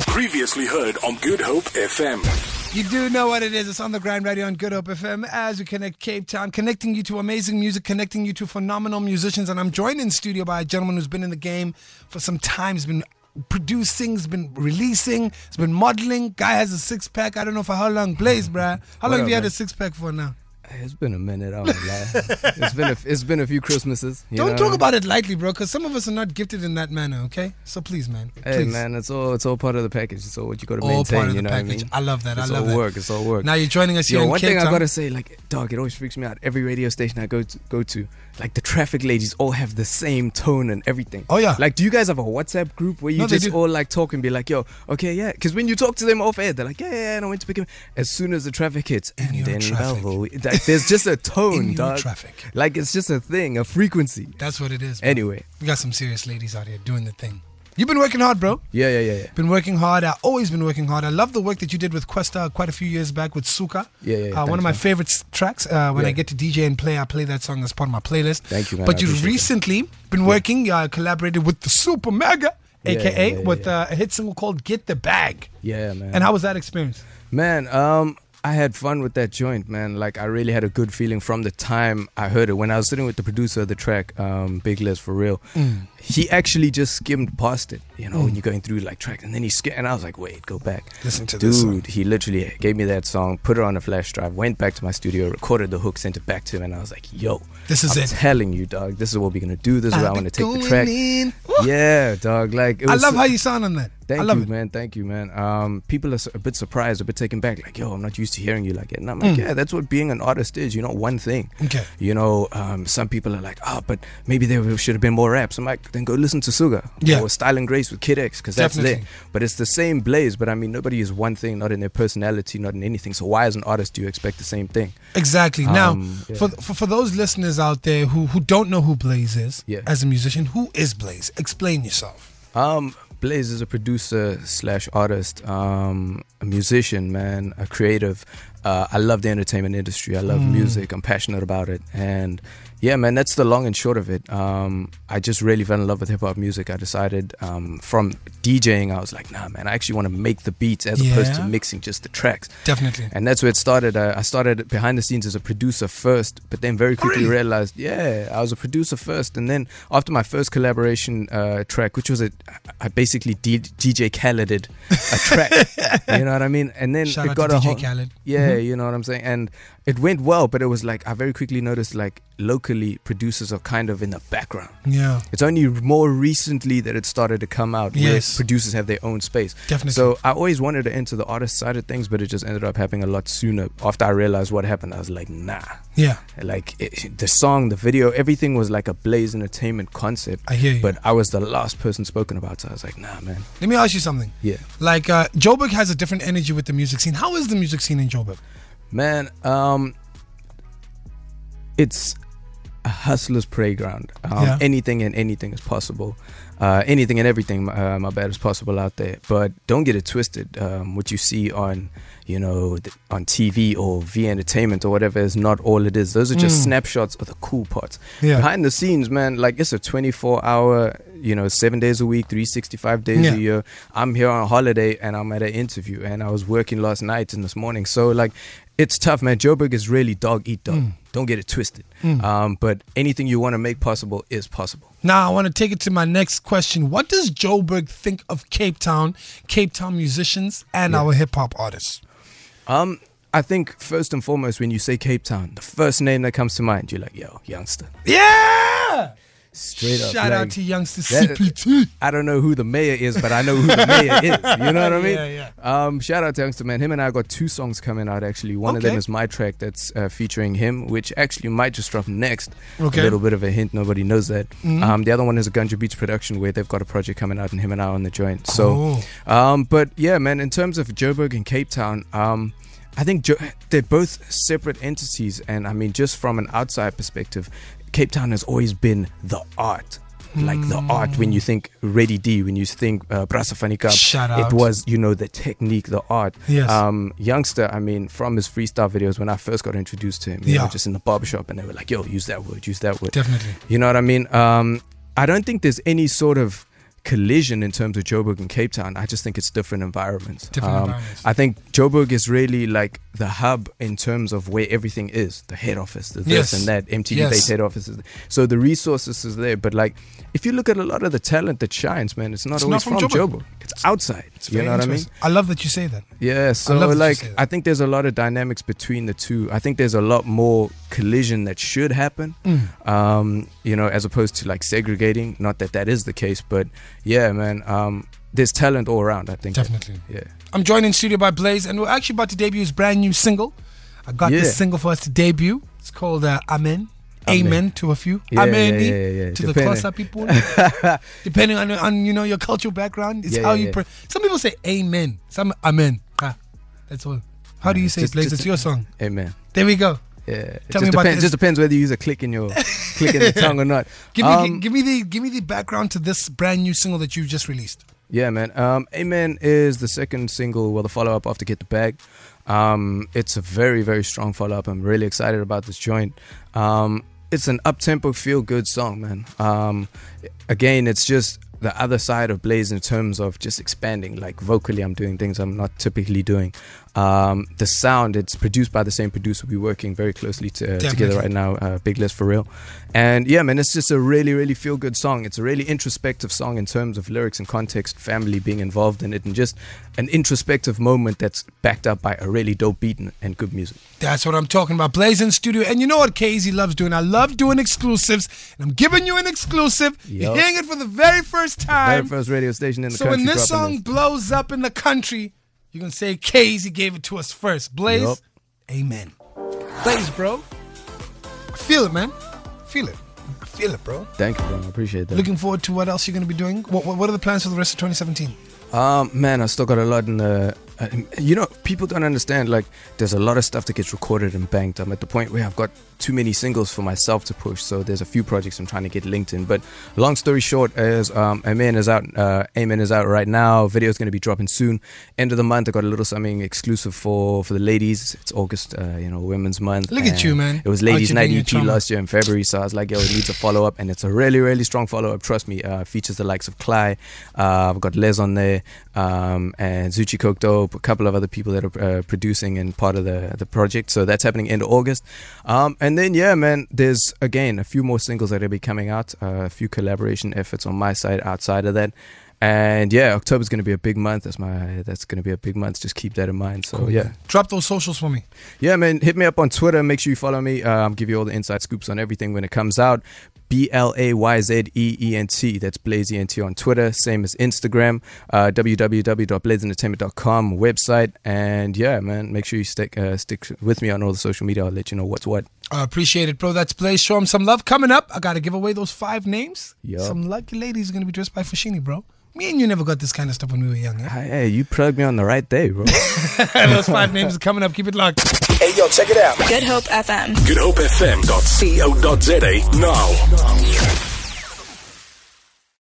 Previously heard on Good Hope FM. You do know what it is. It's on the Grand Radio on Good Hope FM as we connect Cape Town, connecting you to amazing music, connecting you to phenomenal musicians. And I'm joined in studio by a gentleman who's been in the game for some time. He's been producing, he's been releasing, he's been modeling. Guy has a six pack. I don't know for how long. Blaze, bruh. How long up, have you had man? a six pack for now? It's been a minute. I don't lie. It's been a, it's been a few Christmases. you Don't know? talk about it lightly, bro, because some of us are not gifted in that manner, okay? So please, man. Hey please. man, it's all it's all part of the package. It's all what you got to All maintain. part of you the know package. what I I mean? love that. It's I love all that. work. It's all work. Now you're joining us here Yo, in one Cape thing Town. I gotta say, like, dog, it always freaks me out. Every radio station I go to, go to, like, the traffic ladies all have the same tone and everything. Oh, yeah. Like, do you guys have a WhatsApp group where you No, they do. just all like talk and be like, yo, okay, yeah? Because when you talk to them off air, they're like, yeah, yeah, yeah, and I went to pick him. As soon as the traffic hits, In and your then traffic. Belleville, like, there's just a tone, In your dog. traffic. Like, it's just a thing, a frequency. That's what it is. bro. Anyway, We got some serious ladies out here doing the thing. You've been working hard, bro. yeah, yeah, yeah, yeah. Been working hard. I've always been working hard. I love the work that you did with Questa quite a few years back with Suka. Yeah, yeah, yeah. uh, one Thanks, of my man. favorite s- tracks. Uh, when I Yeah. get to DJ and play, I play that song as part of my playlist. Thank you, man. But I you've appreciate recently been working, uh, collaborated with the Super Mega, aka yeah, yeah, with Uh, a hit single called "Get the Bag." Yeah, man. And how was that experience? Man, um, I had fun with that joint, man. Like, I really had a good feeling from the time I heard it. When I was sitting with the producer of the track, um, Big Les for real, Mm. he actually just skimmed past it. You know, when you're going through like tracks, and then he sk- and I was like, wait, go back. Listen to Dude, this song. he literally gave me that song, put it on a flash drive, went back to my studio, recorded the hook, sent it back to him, and I was like, yo, This is I'm it. telling you, dog, this is what we're gonna do. This is where I I'll be want to take the going track. in. Woo! Yeah, dog. Like, it I was love how you sound on that. Thank I love you, it. man. Thank you, man. Um, people are su- a bit surprised, a bit taken back. Like, yo, I'm not used to hearing you like it. And I'm like, yeah, that's what being an artist is. You're not one thing. Mm. Okay. You know, um, some people are like, oh, but maybe there should have been more raps. I'm like, then go listen to Suga Yeah. or Style and Grace with Kid X because that's there. Definitely. But it's the same blaze. But I mean, nobody is one thing, not in their personality, not in anything. So why, as an artist, do you expect the same thing? Exactly. Now, Um, yeah. for, for for those listeners out there who who don't know who Blaze is Yeah. as a musician, who is Blaze? Explain yourself. Um, Blaze is a producer slash artist, um, a musician, man, a creative. Uh, I love the entertainment industry. I love music. I'm passionate about it, and yeah, man, that's the long and short of it. Um, I just really fell in love with hip hop music. I decided um, from DJing, I was like, nah, man, I actually want to make the beats as opposed to Yeah. mixing just the tracks. Definitely. And that's where it started. I, I started behind the scenes as a producer first, but then very quickly really? realized, yeah, I was a producer first. And then after my first collaboration uh, track, which was a, I basically D- DJ Khaleded a track. you know what I mean? And then Shout it out got to a DJ whole, Khaled. Mm-hmm. yeah, you know what I'm saying. And it went well, but it was like I very quickly noticed like locally producers are kind of in the background. Yeah. It's only more recently that it started to come out where Yes. producers have their own space. Definitely. So I always wanted to enter the artist side of things, but it just ended up happening a lot sooner. After I realized what happened, I was like, nah. Yeah. Like it, the song, the video, everything was like a Blaze Entertainment concept. I hear you. But I was the last person spoken about, so I was like, nah, man. Let me ask you something. Yeah. Like uh, Joburg has a different energy with the music scene. How is the music scene in Joburg? Man, um, it's a hustler's playground. Um, Yeah. Anything and anything is possible. Uh, anything and everything, uh, my bad, is possible out there. But don't get it twisted. Um, what you see on, you know, th- on TV or V Entertainment or whatever is not all it is. Those are just snapshots of the cool parts. Mm. Yeah. Behind the scenes, man, like it's a 24 hour, you know, seven days a week, 365 days Yeah. a year. I'm here on holiday and I'm at an interview and I was working last night and this morning. So, like, it's tough, man. Joburg is really dog eat Mm. dog. Don't get it twisted. Um, but anything you want to make possible is possible. Now I want to take it to my next question. What does Joburg think of Cape Town, Cape Town musicians, and our hip hop artists? Um, I think first and foremost, when you say Cape Town, the first name that comes to mind, you're like, yo, youngster. Yeah. Straight up. Shout out like- to youngsters That- CPT. I don't know who the mayor is, but I know who the mayor is. You know what I mean? Yeah, Um, shout out to Youngster Man. Him and I got two songs coming out actually. One of them Okay. is my track that's uh, featuring him, which actually might just drop next. Okay. Mm-hmm. A little bit of a hint. Nobody knows that. Um, the other one is a Gunja Beach production where they've got a project coming out, and him and I are on the joint. Cool. So, um, but yeah, man. In terms of Joburg and Cape Town, um, I think jo- they're both separate entities, and I mean, just from an outside perspective, Cape Town has always been the art. Like the Hmm. art, when you think Ready D, when you think uh, Brasa Fanica, Shout out. it was you know the technique, the art. Yes. Um, youngster, I mean, from his freestyle videos when I first got introduced to him, you Yeah. know, just in the barbershop, and they were like, "Yo, use that word, use that word." Definitely. You know what I mean? Um, I don't think there's any sort of collision in terms of Joburg and Cape Town. I just think it's different environments. Um, Different environments. I think Joburg is really like the hub in terms of where everything is the head office, the Yes. this and that, MTV Yes. based head offices. So the resources is there. But like if you look at a lot of the talent that shines, man, it's not It's not always from from, Joburg. Joburg. It's outside. you Very know what I mean? interesting. I love that you say that. Yeah, so love that you like say that. I think there's a lot of dynamics between the two. I think there's a lot more collision that should happen, Mm. um, you know, as opposed to like segregating. Not that that is the case, but yeah, man, um, there's talent all around. I think Definitely. Yeah, I'm joined in studio by Blaze, and we're actually about to debut his brand new single. I got Yeah. this single for us to debut. It's called uh, Amen. Amen. Amen. to a few. Yeah, Amen yeah, yeah, yeah, yeah. to Depending- the Xhosa people. Depending on, on you know your cultural background, it's Yeah, how yeah, you. yeah. Pre- Some people say Amen. Some Amen. Ah, that's all. How do you say it, Just- Blaze? just- It's your song. amen. There we go. Yeah, Tell it just me about depends. this. Just depends whether you use a click in your click in the tongue or not. Give me, Um, give me the give me the background to this brand new single that you just released. Yeah, man. Um, Amen is the second single, well, the follow up after Get the Bag. Um, it's a very, very strong follow up. I'm really excited about this joint. Um, it's an up tempo, feel good song, man. Um, again, it's just the other side of Blaze in terms of just expanding. Like vocally, I'm doing things I'm not typically doing. Um, the sound, it's produced by the same producer. We're working very closely to, Definitely. together right now, uh, Big List for real. And yeah, man, it's just a really, really feel good song. It's a really introspective song in terms of lyrics and context, family being involved in it, and just an introspective moment that's backed up by a really dope beat and, and good music. That's what I'm talking about. Blaze in studio. And you know what KZ loves doing? I love doing exclusives. And I'm giving you an exclusive. You're Yup. hearing it for the very first Very time. first radio station in the so when country. this dropping song blows up in the country, you're going to say KZ gave it to us first. Blaze, Yup. amen. Blaze, bro. I feel it, man. I feel it. I feel it, bro. Thank you, bro. I appreciate that. Looking forward to what else you're going to be doing. What, what, what are the plans for the rest of 2017? Um, man, I still got a lot in the. Uh, you know, people don't understand. Like, there's a lot of stuff that gets recorded and banked. I'm at the point where I've got too many singles for myself to push. So there's a few projects I'm trying to get linked in. But long story short, is um, Amen is out. Uh, Amen is out right now. Video's going to be dropping soon. End of the month, I got a little something exclusive for for the ladies. It's August, uh, you know, Women's Month. Look at and you, man. It was Out Ladies here Night E being your EP charmer. last year in February. So I was like, yo, it needs a follow up. And it's a really, really strong follow up. Trust me. Uh, features the likes of Cly. Uh, I've got Les on there um, and Zuchi Coke Dope, a couple of other people that are uh, producing and part of the, the project. So that's happening end of August. Um, and then, yeah, man, there's again a few more singles that will be coming out, uh, a few collaboration efforts on my side outside of that. And yeah, October's going to be a big month. That's my that's going to be a big month. Just keep that in mind. So yeah, Drop those socials for me. yeah, man, hit me up on Twitter. Make sure you follow me. Uh, I'll give you all the inside scoops on everything when it comes out. B L A Y Z E E N T. That's Blaze E N T on Twitter. Same as Instagram. Uh, www.blazeentertainment.com website. And yeah, man, make sure you stick uh, stick with me on all the social media. I'll let you know what's what. I appreciate it, bro. That's Blaze. Show him some love. Coming up, I gotta give away those five names. Yup. Some lucky ladies are gonna be dressed by Fashini, bro. Me and you never got this kind of stuff when we were young. Eh? Hey, you plugged me on the right day, bro. those five names are coming up. Keep it locked. Hey, yo, check it out. Good Hope FM. GoodHopeFM.co.za now.